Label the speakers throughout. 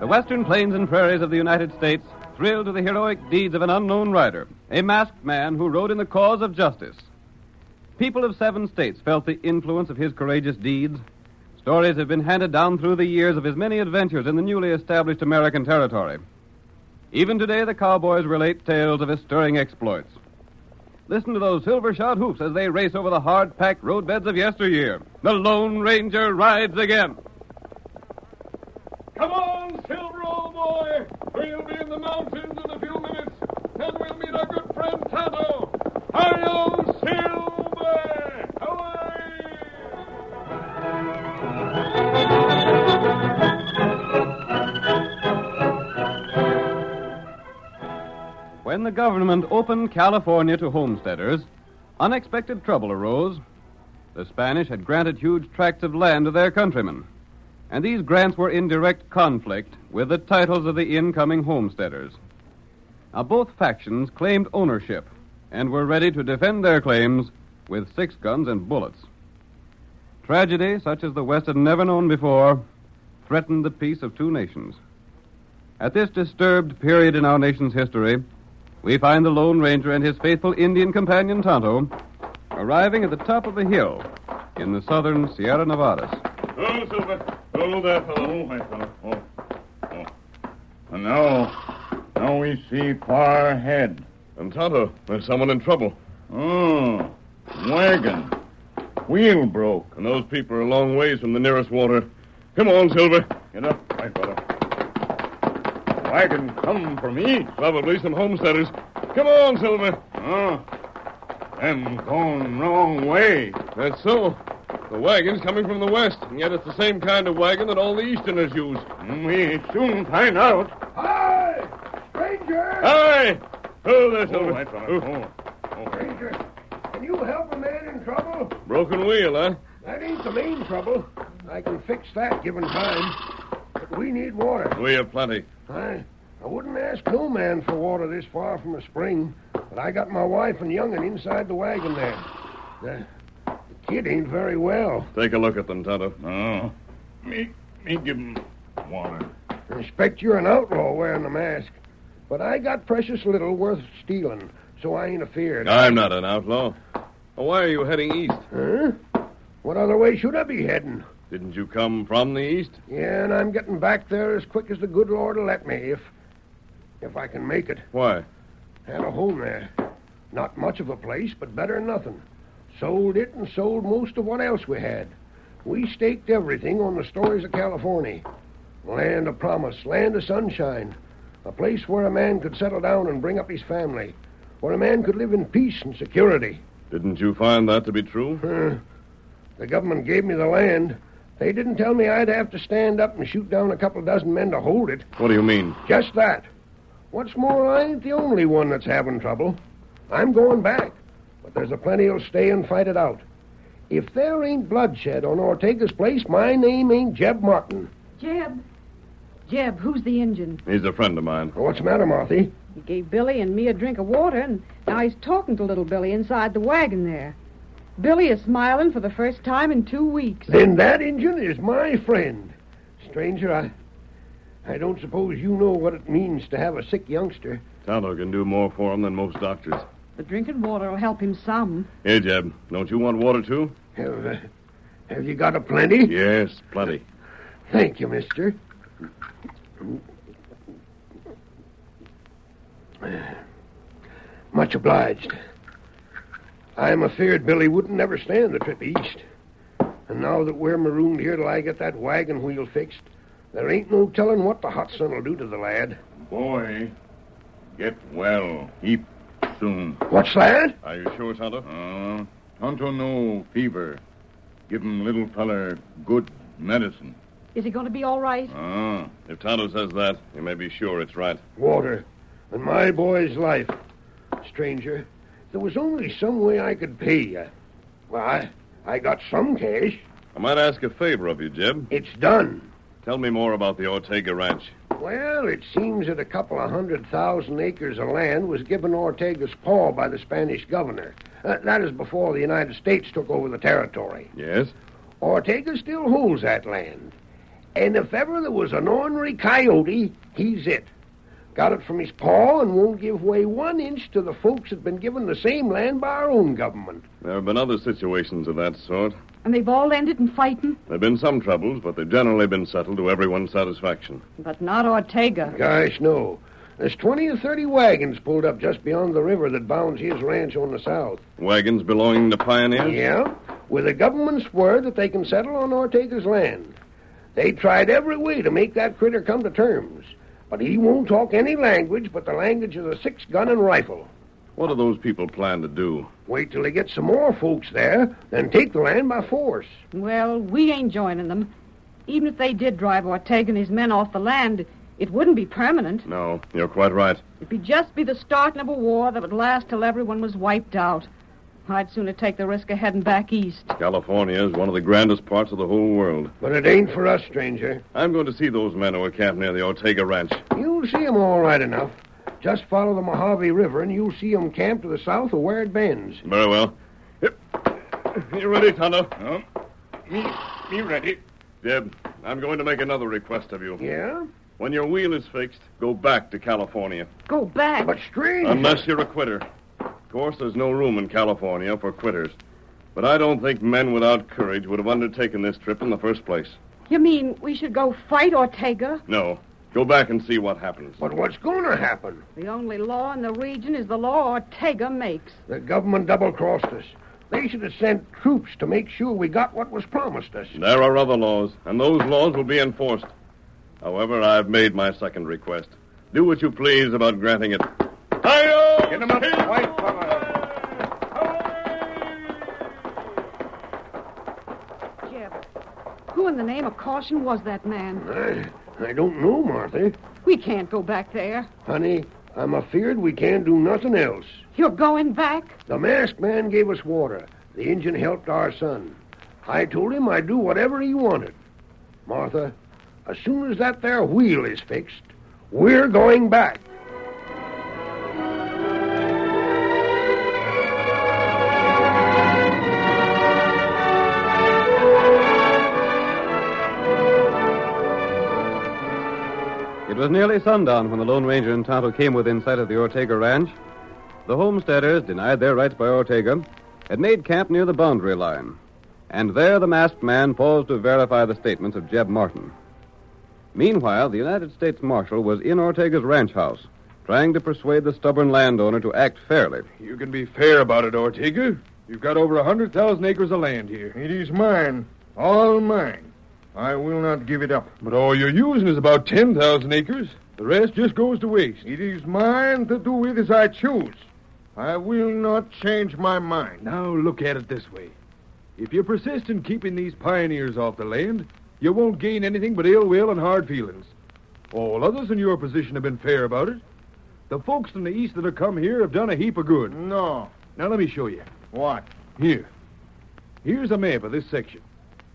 Speaker 1: The western plains and prairies of the United States thrill to the heroic deeds of an unknown rider, a masked man who rode in the cause of justice. People of seven states felt the influence of his courageous deeds. Stories have been handed down through the years of his many adventures in the newly established American territory. Even today, the cowboys relate tales of his stirring exploits. Listen to those silver shod hoofs as they race over the hard packed roadbeds of yesteryear. The Lone Ranger rides again. Come on, Silver, old boy. We'll be in the mountains in a few minutes, and we'll meet our good friend Tonto. Hurry on, Silver! Away! When the government opened California to homesteaders, unexpected trouble arose. The Spanish had granted huge tracts of land to their countrymen and these grants were in direct conflict with the titles of the incoming homesteaders. Now, both factions claimed ownership and were ready to defend their claims with six guns and bullets. Tragedy, such as the West had never known before, threatened the peace of two nations. At this disturbed period in our nation's history, we find the Lone Ranger and his faithful Indian companion Tonto arriving at the top of a hill in the southern Sierra Nevadas.
Speaker 2: Oh, Silver. Oh, there, fellow. Oh, my fellow. Oh. Oh. And now, now we see far ahead.
Speaker 3: And Tonto, there's someone in trouble.
Speaker 2: Oh, wagon. Wheel broke.
Speaker 3: And those people are a long ways from the nearest water. Come on, Silver.
Speaker 2: Get up, my fellow. Wagon come from east.
Speaker 3: Probably some homesteaders. Come on, Silver.
Speaker 2: Oh, them going wrong way.
Speaker 3: That's so. The wagon's coming from the west, and yet it's the same kind of wagon that all the Easterners use.
Speaker 2: Mm, We soon find out.
Speaker 3: Hey! Oh, there, Silver. Ooh,
Speaker 2: Oh, oh.
Speaker 4: Can you help a man in trouble?
Speaker 3: broken wheel, huh?
Speaker 4: That ain't the main trouble. I can fix that given time. But we need water.
Speaker 3: We have plenty.
Speaker 4: I, I wouldn't ask no man for water this far from a spring, but I got my wife and young'un inside the wagon there. The, the kid ain't very well.
Speaker 3: Take a look at them, Tonto.
Speaker 2: Oh. Me, me give 'em water.
Speaker 4: I expect you're an outlaw wearing a mask. But I got precious little worth stealing, so I ain't afeard.
Speaker 3: I'm not an outlaw. Now, Why are you heading east?
Speaker 4: Huh? What other way should I be heading?
Speaker 3: Didn't you come from the east?
Speaker 4: Yeah, and I'm getting back there as quick as the good Lord'll let me, if if I can make it.
Speaker 3: Why?
Speaker 4: Had a home there. Not much of a place, but better than nothing. Sold it and sold most of what else we had. We staked everything on the stories of California. Land of promise, land of sunshine. A place where a man could settle down and bring up his family. Where a man could live in peace and security.
Speaker 1: Didn't you find that to be true?
Speaker 4: Huh. The government gave me the land. They didn't tell me I'd have to stand up and shoot down a couple dozen men to hold it.
Speaker 1: What do you mean?
Speaker 4: Just that. What's more, I ain't the only one that's having trouble. I'm going back, but there's a plenty who'll stay and fight it out. If there ain't bloodshed on Ortega's place, my name ain't Jeb Martin.
Speaker 5: Jeb. Jeb, who's the engine?
Speaker 1: He's a friend of mine.
Speaker 4: What's the matter, Marthy?
Speaker 5: He gave Billy and me a drink of water, and now he's talking to little Billy inside the wagon there. Billy is smiling for the first time in two weeks.
Speaker 4: Then that engine is my friend. Stranger, I. I don't suppose you know what it means to have a sick youngster.
Speaker 1: Tonto can do more for him than most doctors.
Speaker 5: The drinking water will help him some.
Speaker 1: Here, Jeb, don't you want water too?
Speaker 4: Have, uh, have you got a plenty?
Speaker 1: Yes, plenty.
Speaker 4: Thank you, mister. Much obliged. I'm afeard Billy wouldn't never stand the trip east. And now that we're marooned here till I get that wagon wheel fixed, there ain't no telling what the hot sun'll do to the lad.
Speaker 6: Boy, get well heap soon.
Speaker 4: What's that?
Speaker 1: Are you sure, Tonto?
Speaker 6: Uh, Tonto no fever. Give him little feller good medicine.
Speaker 5: Is he going to be all right?
Speaker 6: Ah,
Speaker 1: Uh, If Tonto says that, you may be sure it's right.
Speaker 4: Water. And my boy's life. Stranger, there was only some way I could pay you. Well, I, I got some cash.
Speaker 1: I might ask a favor of you, Jeb.
Speaker 4: It's done.
Speaker 1: Tell me more about the Ortega Ranch.
Speaker 4: Well, it seems that a couple of hundred thousand acres of land was given Ortega's paw by the Spanish governor. Uh, that is before the United States took over the territory.
Speaker 1: Yes?
Speaker 4: Ortega still holds that land. And if ever there was an ornery coyote, he's it. Got it from his paw and won't give way one inch to the folks that been given the same land by our own government.
Speaker 1: There have been other situations of that sort.
Speaker 5: And they've all ended in fighting?
Speaker 1: There have been some troubles, but they've generally been settled to everyone's satisfaction.
Speaker 5: But not Ortega.
Speaker 4: Gosh, no. There's 20 or 30 wagons pulled up just beyond the river that bounds his ranch on the south.
Speaker 1: Wagons belonging to pioneers?
Speaker 4: Yeah, with the government's word that they can settle on Ortega's land. They tried every way to make that critter come to terms, but he won't talk any language but the language of the six gun and rifle.
Speaker 1: What do those people plan to do?
Speaker 4: Wait till he gets some more folks there, then take the land by force.
Speaker 5: Well, we ain't joining them. Even if they did drive Ortega and his men off the land, it wouldn't be permanent.
Speaker 1: No, you're quite right.
Speaker 5: It'd be just be the starting of a war that would last till everyone was wiped out. I'd sooner take the risk of heading back east.
Speaker 1: California is one of the grandest parts of the whole world.
Speaker 4: But it ain't for us, stranger.
Speaker 1: I'm going to see those men who are camped near the Ortega Ranch.
Speaker 4: You'll see 'em all right enough. Just follow the Mojave River, and you'll see 'em camped to the south of where it bends.
Speaker 1: Very well. Yep. You ready, Tonto?
Speaker 6: no. Me, me ready.
Speaker 1: Jeb, I'm going to make another request of you.
Speaker 4: Yeah?
Speaker 1: When your wheel is fixed, go back to California.
Speaker 5: Go back.
Speaker 4: But, stranger.
Speaker 1: Unless you're a quitter. Of course, there's no room in California for quitters. But I don't think men without courage would have undertaken this trip in the first place.
Speaker 5: You mean we should go fight Ortega?
Speaker 1: No. Go back and see what happens.
Speaker 4: But what's going to happen?
Speaker 5: The only law in the region is the law Ortega makes.
Speaker 4: The government double crossed us. They should have sent troops to make sure we got what was promised us.
Speaker 1: There are other laws, and those laws will be enforced. However, I've made my second request. Do what you please about granting it. Hi-yo!
Speaker 6: Get him up, white fella.
Speaker 5: Jeb, who in the name of caution was that man?
Speaker 4: I, I don't know, Martha.
Speaker 5: We can't go back there.
Speaker 4: Honey, I'm afeard we can't do nothing else.
Speaker 5: You're going back?
Speaker 4: The masked man gave us water. The engine helped our son. I told him I'd do whatever he wanted. Martha, as soon as that there wheel is fixed, we're going back.
Speaker 7: It was nearly sundown when the Lone Ranger and Tonto came within sight of the Ortega ranch. The homesteaders, denied their rights by Ortega, had made camp near the boundary line. And there the masked man paused to verify the statements of Jeb Martin. Meanwhile, the United States Marshal was in Ortega's ranch house,
Speaker 8: trying to persuade the stubborn landowner to act fairly.
Speaker 1: You can be fair about it, Ortega. You've got over a 100,000 acres of land here.
Speaker 9: It is mine, all mine. I will not give it up.
Speaker 1: But all you're using is about 10,000 acres. The rest just goes to waste.
Speaker 9: It is mine to do with as I choose. I will not change my mind.
Speaker 1: Now look at it this way. If you persist in keeping these pioneers off the land, you won't gain anything but ill will and hard feelings. All others in your position have been fair about it. The folks from the east that have come here have done a heap of good.
Speaker 9: No.
Speaker 1: Now let me show you.
Speaker 9: What?
Speaker 1: Here. Here's a map of this section.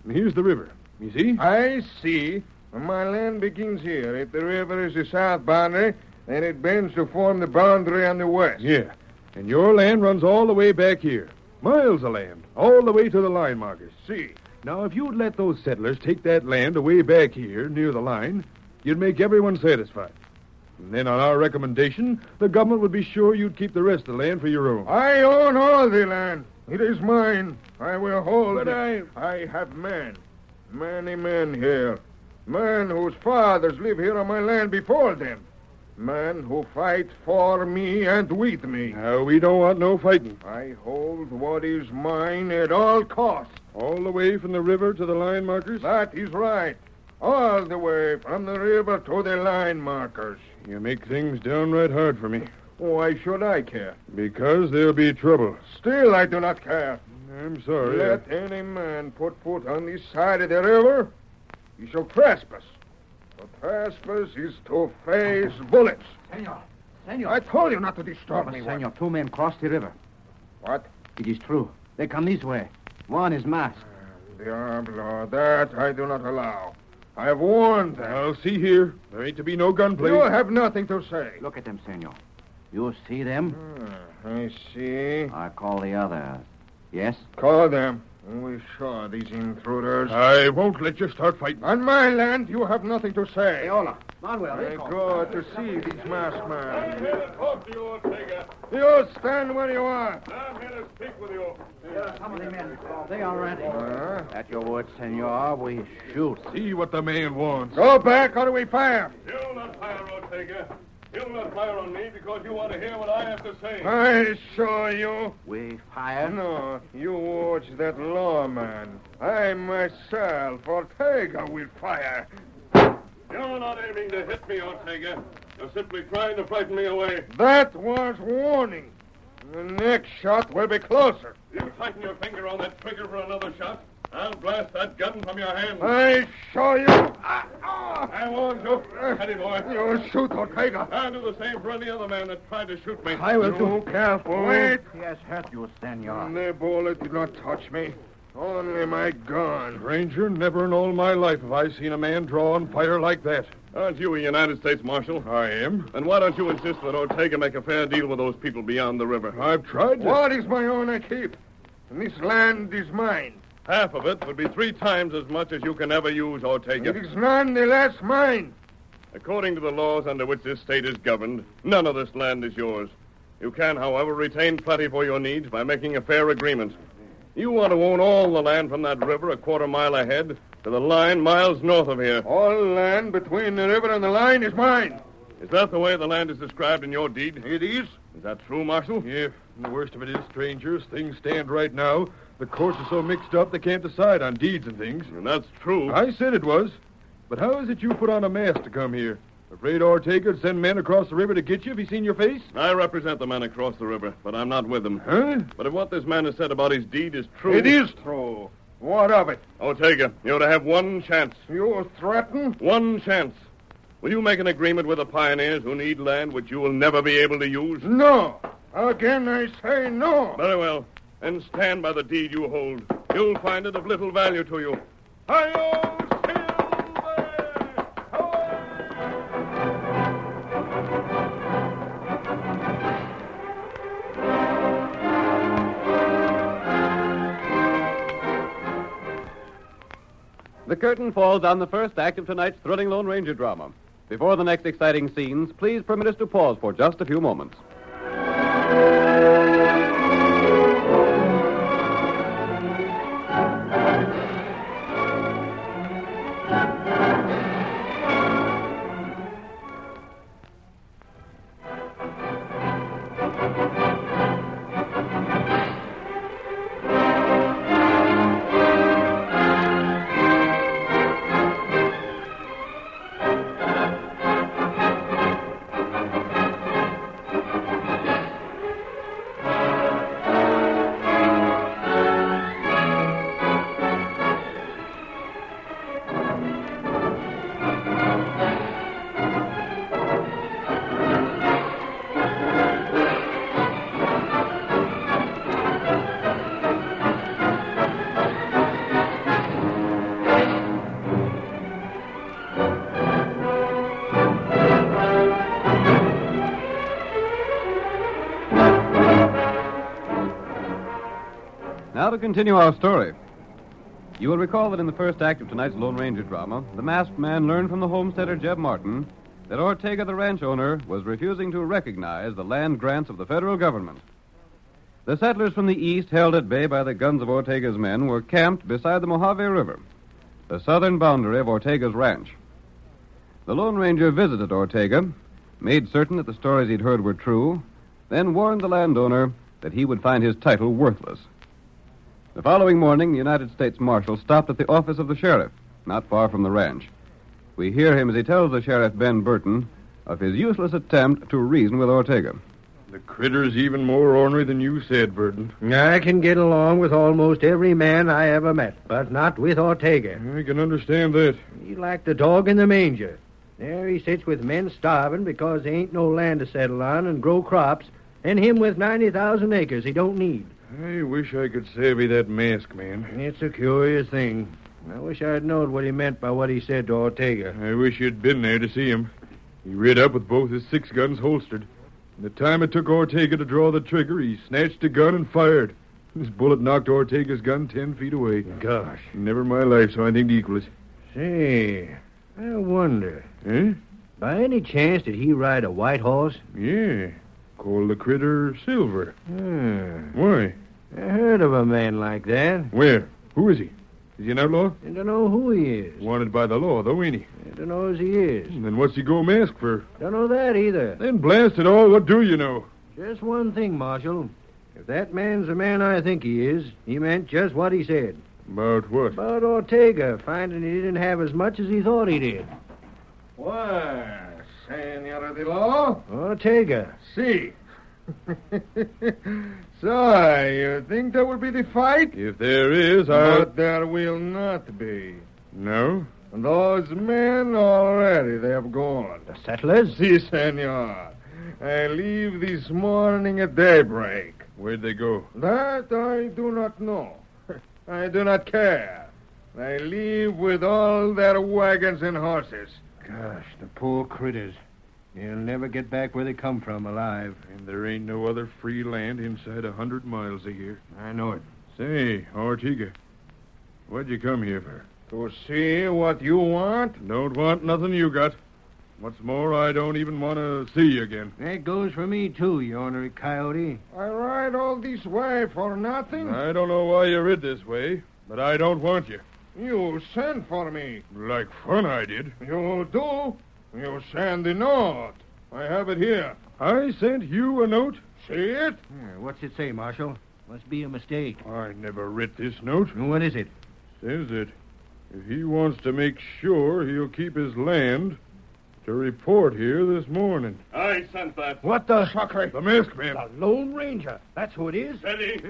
Speaker 1: And here's the river. You see?
Speaker 9: I see. My land begins here. If the river is the south boundary, then it bends to form the boundary on the west.
Speaker 1: Yeah. And your land runs all the way back here. Miles of land. All the way to the line markers. See? Now, if you'd let those settlers take that land away back here, near the line, you'd make everyone satisfied. And then, on our recommendation, the government would be sure you'd keep the rest of the land for your own.
Speaker 9: I own all the land. It is mine. I will hold
Speaker 1: But
Speaker 9: it. I... have men. Many men here. Men whose fathers live here on my land before them. Men who fight for me and with me.
Speaker 1: Now, we don't want no fighting.
Speaker 9: I hold what is mine at all costs.
Speaker 1: All the way from the river to the line markers?
Speaker 9: That is right. All the way from the river to the line markers.
Speaker 1: You make things downright hard for me.
Speaker 9: Why should I care?
Speaker 1: Because there'll be trouble.
Speaker 9: Still, I do not care.
Speaker 1: I'm sorry.
Speaker 9: Let any man put foot on this side of the river, he shall trespass. For trespass is to face bullets.
Speaker 10: Senor, senor.
Speaker 9: I told you not to disturb
Speaker 10: But,
Speaker 9: me.
Speaker 10: senor, two men crossed the river.
Speaker 9: What?
Speaker 10: It is true. They come this way. One is masked.
Speaker 9: Diablo, that I do not allow. I have warned them.
Speaker 1: I'll see here. There ain't to be no gunplay.
Speaker 9: You have nothing to say.
Speaker 10: Look at them, senor. You see them?
Speaker 9: I see.
Speaker 10: I call the other. Yes?
Speaker 9: Call them. We saw these intruders.
Speaker 1: I won't let you start fighting.
Speaker 9: on my land, you have nothing to say.
Speaker 10: Manuel,
Speaker 9: I go to see these masked men.
Speaker 3: here to talk to you, Ortega.
Speaker 9: You stand where you are.
Speaker 3: I'm here to speak with you.
Speaker 10: Some of the men. They are ready.
Speaker 9: Huh?
Speaker 10: At your word, senor, we shoot.
Speaker 1: See what the man wants.
Speaker 9: Go back or we fire.
Speaker 3: You'll not fire, Ortega. You'll not fire on me because you want to hear what I have to say.
Speaker 9: I saw you.
Speaker 10: We fire.
Speaker 9: No, you watch that lawman. I myself, Ortega, will fire.
Speaker 3: You're not aiming to hit me, Ortega. You're simply trying to frighten me away.
Speaker 9: That was warning. The next shot will be closer.
Speaker 3: You tighten your finger on that trigger for another shot. I'll blast that gun from your hand.
Speaker 9: I show you. Ah, ah.
Speaker 3: I warned you. Steady, boy.
Speaker 9: You shoot, Ortega.
Speaker 3: I'll do the same for any other man that tried to shoot me.
Speaker 9: You careful.
Speaker 10: Wait.
Speaker 9: Wait.
Speaker 10: He has hurt you, senor.
Speaker 9: The bullet did not touch me. Only my gun.
Speaker 1: Ranger, never in all my life have I seen a man draw and fire like that.
Speaker 3: Aren't you a United States Marshal?
Speaker 1: I am.
Speaker 3: Then why don't you insist that Ortega make a fair deal with those people beyond the river?
Speaker 1: I've tried to.
Speaker 9: What is my own I keep? And this land is mine.
Speaker 3: Half of it would be three times as much as you can ever use,
Speaker 9: It
Speaker 3: Ortega.
Speaker 9: is none the less mine.
Speaker 3: According to the laws under which this state is governed, none of this land is yours. You can, however, retain plenty for your needs by making a fair agreement. You want to own all the land from that river a quarter mile ahead to the line miles north of here.
Speaker 9: All land between the river and the line is mine.
Speaker 3: Is that the way the land is described in your deed? It is. Is that true, Marshal?
Speaker 1: Yeah, and the worst of it is, strangers, things stand right now. The courts are so mixed up they can't decide on deeds and things.
Speaker 3: And that's true.
Speaker 1: I said it was. But how is it you put on a mask to come here? Afraid Ortega would send men across the river to get you if he seen your face?
Speaker 3: I represent the men across the river, but I'm not with them.
Speaker 1: Huh?
Speaker 3: But if what this man has said about his deed is true.
Speaker 9: It is true. What of it?
Speaker 3: Ortega, you're to have one chance.
Speaker 9: You threaten?
Speaker 3: One chance. Will you make an agreement with the pioneers who need land which you will never be able to use?
Speaker 9: No. Again, I say no.
Speaker 3: Very well. Then stand by the deed you hold. You'll find it of little value to you. Hi-yo, Silver! Ahoy!
Speaker 8: The curtain falls on the first act of tonight's thrilling Lone Ranger drama. Before the next exciting scenes, please permit us to pause for just a few moments.
Speaker 1: Now to continue our story. You will recall that in the first act of tonight's Lone Ranger drama, the masked man learned from the homesteader Jeb Martin that Ortega, the ranch owner, was refusing to recognize the land grants of the federal government. The settlers from the east, held at bay by the guns of Ortega's men, were camped beside the Mojave River, the southern boundary of Ortega's ranch. The Lone Ranger visited Ortega, made certain that the stories he'd heard were true, then warned the landowner that he would find his title worthless. The following morning, the United States Marshal stopped at the office of the sheriff, not far from the ranch. We hear him as he tells the sheriff, Ben Burton, of his useless attempt to reason with Ortega.
Speaker 9: The critter's even more ornery than you said, Burton.
Speaker 4: I can get along with almost every man I ever met, but not with Ortega.
Speaker 9: I can understand that.
Speaker 4: He's like the dog in the manger. There he sits with men starving because there ain't no land to settle on and grow crops, and him with 90,000 acres he don't need.
Speaker 9: I wish I could savvy that mask, man.
Speaker 4: It's a curious thing. I wish I'd known what he meant by what he said to Ortega.
Speaker 9: I wish you'd been there to see him. He rid up with both his six guns holstered. The time it took Ortega to draw the trigger, he snatched a gun and fired. His bullet knocked Ortega's gun ten feet away.
Speaker 4: Gosh.
Speaker 9: Never in my life saw anything to equal it.
Speaker 4: Say, I wonder,
Speaker 9: Eh?
Speaker 4: by any chance did he ride a white horse?
Speaker 9: Yeah. Call the critter Silver.
Speaker 4: Hmm.
Speaker 9: Why?
Speaker 4: I heard of a man like that.
Speaker 9: Where? Who is he? Is he an outlaw?
Speaker 4: I don't know who he is.
Speaker 9: Wanted by the law, though, ain't he?
Speaker 4: I don't know as he is.
Speaker 9: Then what's he go mask for?
Speaker 4: Don't know that either.
Speaker 9: Then blast it all, what do you know?
Speaker 4: Just one thing, Marshal. If that man's the man I think he is, he meant just what he said.
Speaker 9: About what?
Speaker 4: About Ortega finding he didn't have as much as he thought he did.
Speaker 11: Why, Senora de Law?
Speaker 4: Ortega.
Speaker 11: See. so, you think there will be the fight?
Speaker 9: If there is, I...
Speaker 11: But there will not be.
Speaker 9: No?
Speaker 11: Those men already they have gone.
Speaker 4: The settlers?
Speaker 11: Si, senor. I leave this morning at daybreak.
Speaker 9: Where'd they go?
Speaker 11: That I do not know. I do not care. They leave with all their wagons and horses.
Speaker 4: Gosh, the poor critters. They'll never get back where they come from alive.
Speaker 9: And there ain't no other free land inside a hundred miles of here.
Speaker 4: I know it.
Speaker 9: Say, Ortega, what'd you come here for?
Speaker 11: To see what you want?
Speaker 9: Don't want nothing you got. What's more, I don't even want to see you again.
Speaker 4: That goes for me, too, you ornery coyote.
Speaker 11: I ride all this way for nothing?
Speaker 9: I don't know why you rid this way, but I don't want you.
Speaker 11: You send for me.
Speaker 9: Like fun I did.
Speaker 11: You do? You send the note. I have it here.
Speaker 9: I sent you a note?
Speaker 11: See it?
Speaker 4: Yeah, what's it say, Marshal? Must be a mistake.
Speaker 9: I never writ this note.
Speaker 4: What is it?
Speaker 9: Says it. If he wants to make sure he'll keep his land, to report here this morning.
Speaker 12: I sent that.
Speaker 4: What the?
Speaker 11: Sucker.
Speaker 9: The masked man.
Speaker 4: The Lone Ranger. That's who it is.
Speaker 12: Steady.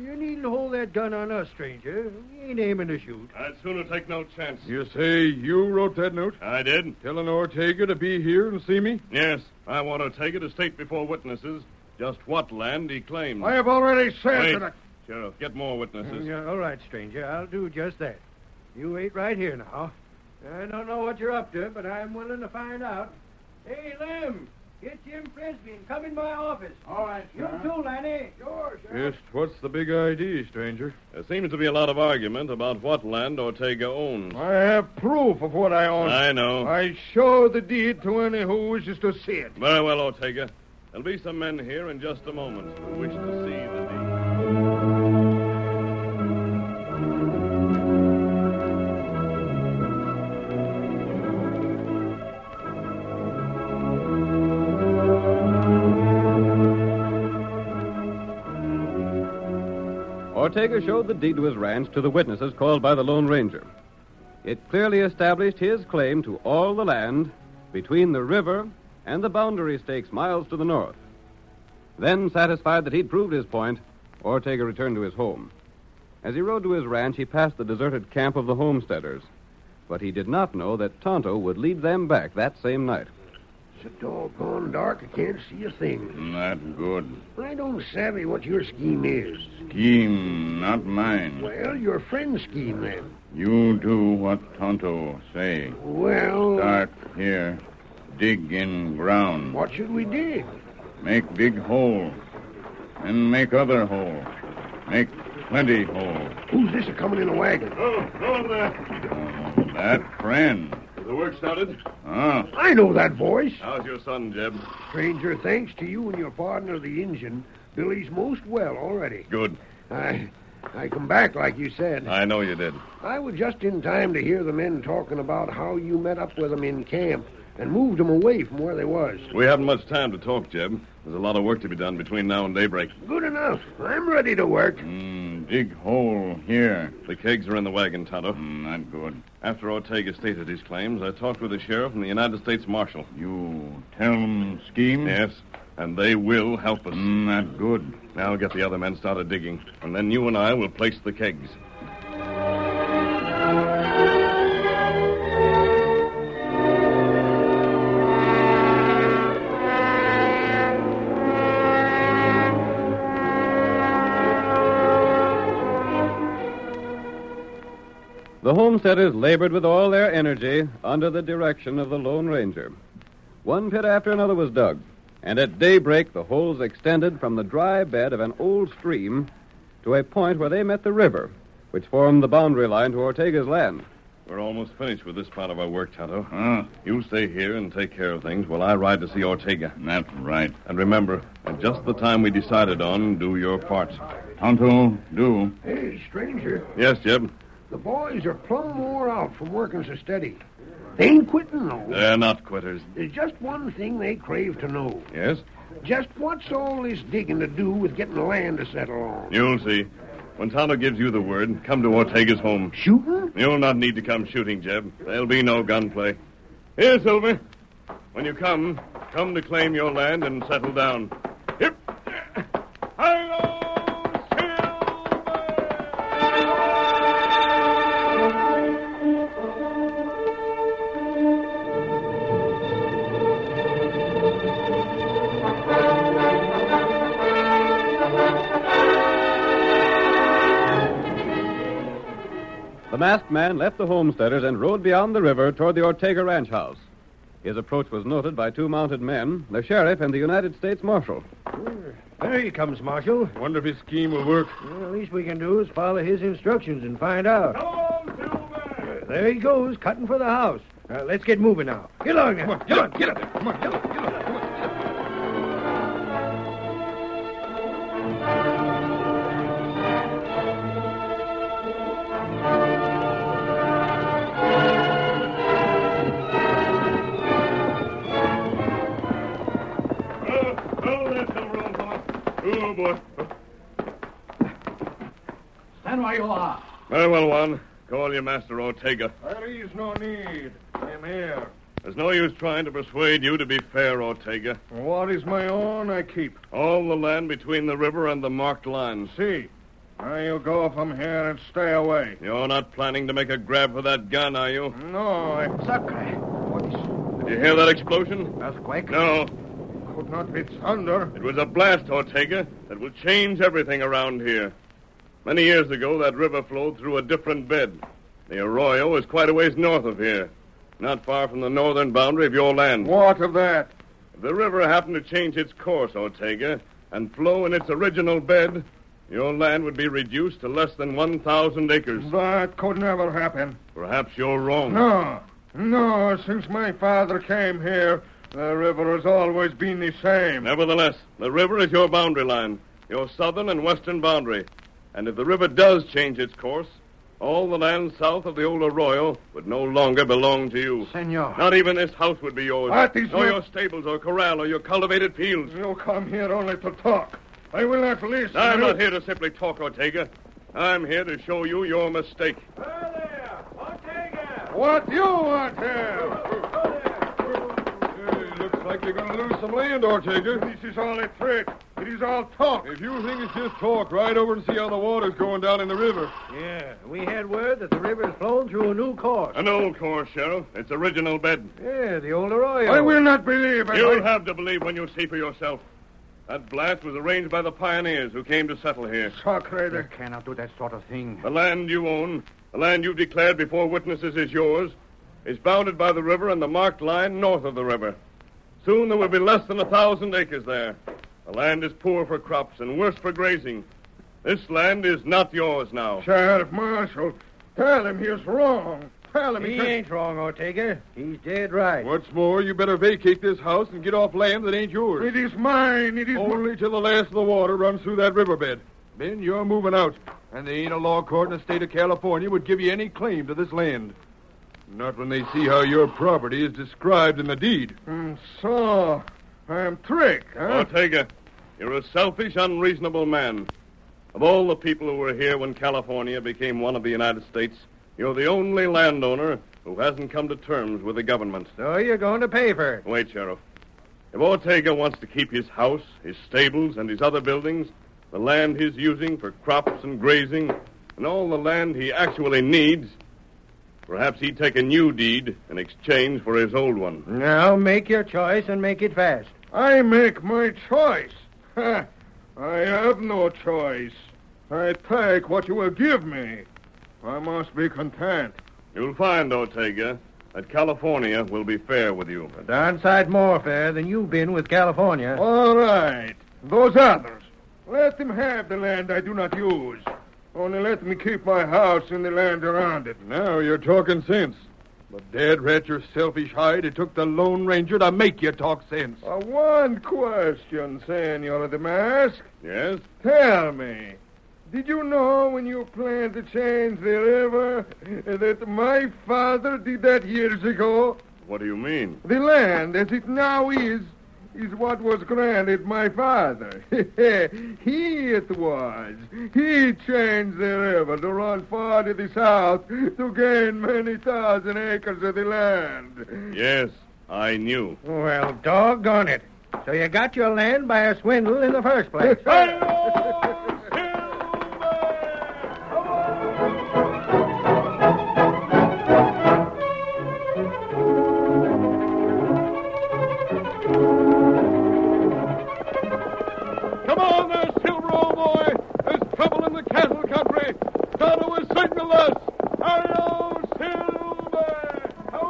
Speaker 4: You needn't hold that gun on us, stranger. We ain't aiming to shoot.
Speaker 12: I'd sooner take no chance.
Speaker 9: You say you wrote that note?
Speaker 12: I did?
Speaker 9: Telling Ortega to be here and see me?
Speaker 12: Yes. I want Ortega to state before witnesses just what land he claimed.
Speaker 11: I have already
Speaker 12: Wait.
Speaker 11: sent it.
Speaker 12: Sheriff, get more witnesses.
Speaker 4: Yeah, all right, stranger. I'll do just that. You wait right here now. I don't know what you're up to, but I'm willing to find out. Hey, Lem, get Jim Frisbee and come in my office. All right, You too, Lanny. Sure,
Speaker 9: Just what's the big idea, stranger?
Speaker 12: There seems to be a lot of argument about what land Ortega owns.
Speaker 11: I have proof of what I own.
Speaker 12: I know.
Speaker 11: I show the deed to any who wishes to see it.
Speaker 12: Very well, Ortega. There'll be some men here in just a moment who wish to see the deed.
Speaker 1: Ortega showed the deed to his ranch to the witnesses called by the Lone Ranger. It clearly established his claim to all the land between the river and the boundary stakes miles to the north. Then, satisfied that he'd proved his point, Ortega returned to his home. As he rode to his ranch, he passed the deserted camp of the homesteaders, but he did not know that Tonto would lead them back that same night.
Speaker 4: It's a doggone dark. I can't see a thing.
Speaker 2: Not good.
Speaker 4: I don't savvy what your scheme is.
Speaker 2: Scheme, not mine.
Speaker 4: Well, your friend's scheme, then.
Speaker 2: You do what Tonto say.
Speaker 4: Well,
Speaker 2: Start here. Dig in ground.
Speaker 4: what should we dig?
Speaker 2: Make big hole. And make other hole. Make plenty hole.
Speaker 4: Who's this a coming in a wagon?
Speaker 3: Oh, hold there.
Speaker 2: Oh, that friend.
Speaker 3: Is the work started?
Speaker 2: Ah,
Speaker 4: I know that voice.
Speaker 3: How's your son, Jeb?
Speaker 4: Stranger, thanks to you and your partner, the Injun, Billy's most well already.
Speaker 3: Good.
Speaker 4: I, I come back like you said.
Speaker 3: I know you did.
Speaker 4: I was just in time to hear the men talking about how you met up with them in camp and moved them away from where they was.
Speaker 3: We haven't much time to talk, Jeb. There's a lot of work to be done between now and daybreak.
Speaker 4: Good enough. I'm ready to work.
Speaker 3: Hmm,
Speaker 2: mm, dig hole here.
Speaker 3: The kegs are in the wagon, Tonto.
Speaker 2: Mm, not good.
Speaker 3: After Ortega stated his claims, I talked with the sheriff and the United States Marshal.
Speaker 2: You tell 'em scheme?
Speaker 3: Yes, and they will help us.
Speaker 2: Mm, not good.
Speaker 3: Now get the other men started digging, and then you and I will place the kegs.
Speaker 1: The homesteaders labored with all their energy under the direction of the Lone Ranger. One pit after another was dug, and at daybreak the holes extended from the dry bed of an old stream to a point where they met the river, which formed the boundary line to Ortega's land.
Speaker 3: We're almost finished with this part of our work, Tonto.
Speaker 2: Ah,
Speaker 3: You stay here and take care of things while I ride to see Ortega.
Speaker 2: not right.
Speaker 3: And remember, at just the time we decided on, do your part.
Speaker 2: Tonto, do.
Speaker 4: Hey, stranger,
Speaker 3: Yes, Jeb.
Speaker 4: the boys are plumb wore out from working so steady. They ain't quitting, though.
Speaker 3: They're not quitters.
Speaker 4: There's just one thing they crave to know.
Speaker 3: Yes?
Speaker 4: Just what's all this digging to do with getting the land to settle on?
Speaker 3: You'll see. When Tonto gives you the word, come to Ortega's home.
Speaker 4: Shooting?
Speaker 3: You'll not need to come shooting, Jeb. There'll be no gunplay. Here, Silver. When you come, come to claim your land and settle down. Yep. Hello, Silver!
Speaker 1: The masked man left the homesteaders and rode beyond the river toward the Ortega ranch house. His approach was noted by two mounted men, the sheriff and the United States Marshal.
Speaker 10: There he comes, Marshal.
Speaker 9: Wonder if his scheme will work.
Speaker 10: Well, the least we can do is follow his instructions and find out.
Speaker 3: Hello, Silver!
Speaker 10: There he goes, cutting for the house. Uh, let's get moving now. Get along now.
Speaker 9: Get up, get up there. Come on, get up, get up. Come on.
Speaker 3: Oh, oh, there, Silver, old fellow. Oh, boy.
Speaker 13: Stand where you are.
Speaker 3: Very well, Juan. Call your master Ortega.
Speaker 9: There is no need. I am here.
Speaker 3: There's no use trying to persuade you to be fair, Ortega.
Speaker 9: What is my own, I keep.
Speaker 3: All the land between the river and the marked lines.
Speaker 9: See, now you go from here and stay away.
Speaker 3: You're not planning to make a grab for that gun, are you?
Speaker 9: No, I
Speaker 13: Sacre. What's
Speaker 3: Did you hear that explosion?
Speaker 13: earthquake?
Speaker 3: No,
Speaker 9: could not be thunder.
Speaker 3: it was a blast, Ortega, that will change everything around here. Many years ago, that river flowed through a different bed. The arroyo is quite a ways north of here, not far from the northern boundary of your land.
Speaker 9: What of that?
Speaker 3: If the river happened to change its course, Ortega, and flow in its original bed, your land would be reduced to less than 1,000 acres.
Speaker 9: That could never happen.
Speaker 3: Perhaps you're wrong.
Speaker 9: No, no, since my father came here, the river has always been the same.
Speaker 3: Nevertheless, the river is your boundary line, your southern and western boundary. And if the river does change its course, all the land south of the old arroyo would no longer belong to you.
Speaker 13: Senor.
Speaker 3: Not even this house would be yours.
Speaker 9: That is
Speaker 3: nor
Speaker 9: my-
Speaker 3: your stables or corral or your cultivated fields.
Speaker 9: You come here only to talk. I will not listen.
Speaker 3: I'm not here to simply talk, Ortega. I'm here to show you your mistake.
Speaker 9: What you want here? Hey, looks like you're going to lose some land, Ortega. This is all a trick. It is all talk. If you think it's just talk, ride over and see how the water's going down in the river.
Speaker 10: Yeah, we had word that the river's flowing through a new course.
Speaker 3: An old course, Sheriff. Its original bed.
Speaker 10: Yeah, the old arroyo.
Speaker 9: I will not believe it.
Speaker 3: You'll have to believe when you see for yourself. That blast was arranged by the pioneers who came to settle here.
Speaker 4: Talk, Raider.
Speaker 13: You cannot do that sort of thing.
Speaker 3: The land you own, the land you've declared before witnesses is yours, is bounded by the river and the marked line north of the river. Soon there will be less than a thousand acres there. The land is poor for crops and worse for grazing. This land is not yours now.
Speaker 9: Sheriff Marshal, tell him he's wrong. Tell
Speaker 10: He ain't wrong, Ortega. He's dead right.
Speaker 9: What's more, you better vacate this house and get off land that ain't yours. It is mine. It is
Speaker 10: Oh.
Speaker 9: only till the last of the water runs through that riverbed. Then you're moving out, and there ain't a law court in the state of California would give you any claim to this land. Not when they see how your property is described in the deed.
Speaker 4: And so, I'm tricked, huh?
Speaker 3: Ortega, you're a selfish, unreasonable man. Of all the people who were here when California became one of the United States, you're the only landowner who hasn't come to terms with the government.
Speaker 10: So you're going to pay for it.
Speaker 3: Wait, Sheriff. If Ortega wants to keep his house, his stables, and his other buildings, the land he's using for crops and grazing, and all the land he actually needs, perhaps he'd take a new deed in exchange for his old one.
Speaker 10: Now make your choice and make it fast.
Speaker 9: I make my choice. I have no choice. I take what you will give me. I must be content.
Speaker 3: You'll find, Ortega, that California will be fair with you.
Speaker 10: A darn sight more fair than you've been with California.
Speaker 9: All right. Those others. Let them have the land I do not use. Only let me keep my house and the land around it. Now you're talking sense. But dad rat your selfish hide, it took the Lone Ranger to make you talk sense. one question, Senor the Mask.
Speaker 3: Yes?
Speaker 9: Tell me, did you know when you planned to change the river that my father did that years ago?
Speaker 3: What do you mean?
Speaker 9: The land, as it now is, is what was granted my father. he it was. He changed the river to run far to the south to gain many thousand acres of the land.
Speaker 3: Yes, I knew.
Speaker 10: Well, doggone it. So you got your land by a swindle in the first place.
Speaker 3: Come on there, Silver, old boy. There's trouble in the cattle country. Tonto has signaled us. Hello, oh, Silver. How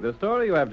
Speaker 1: The story you have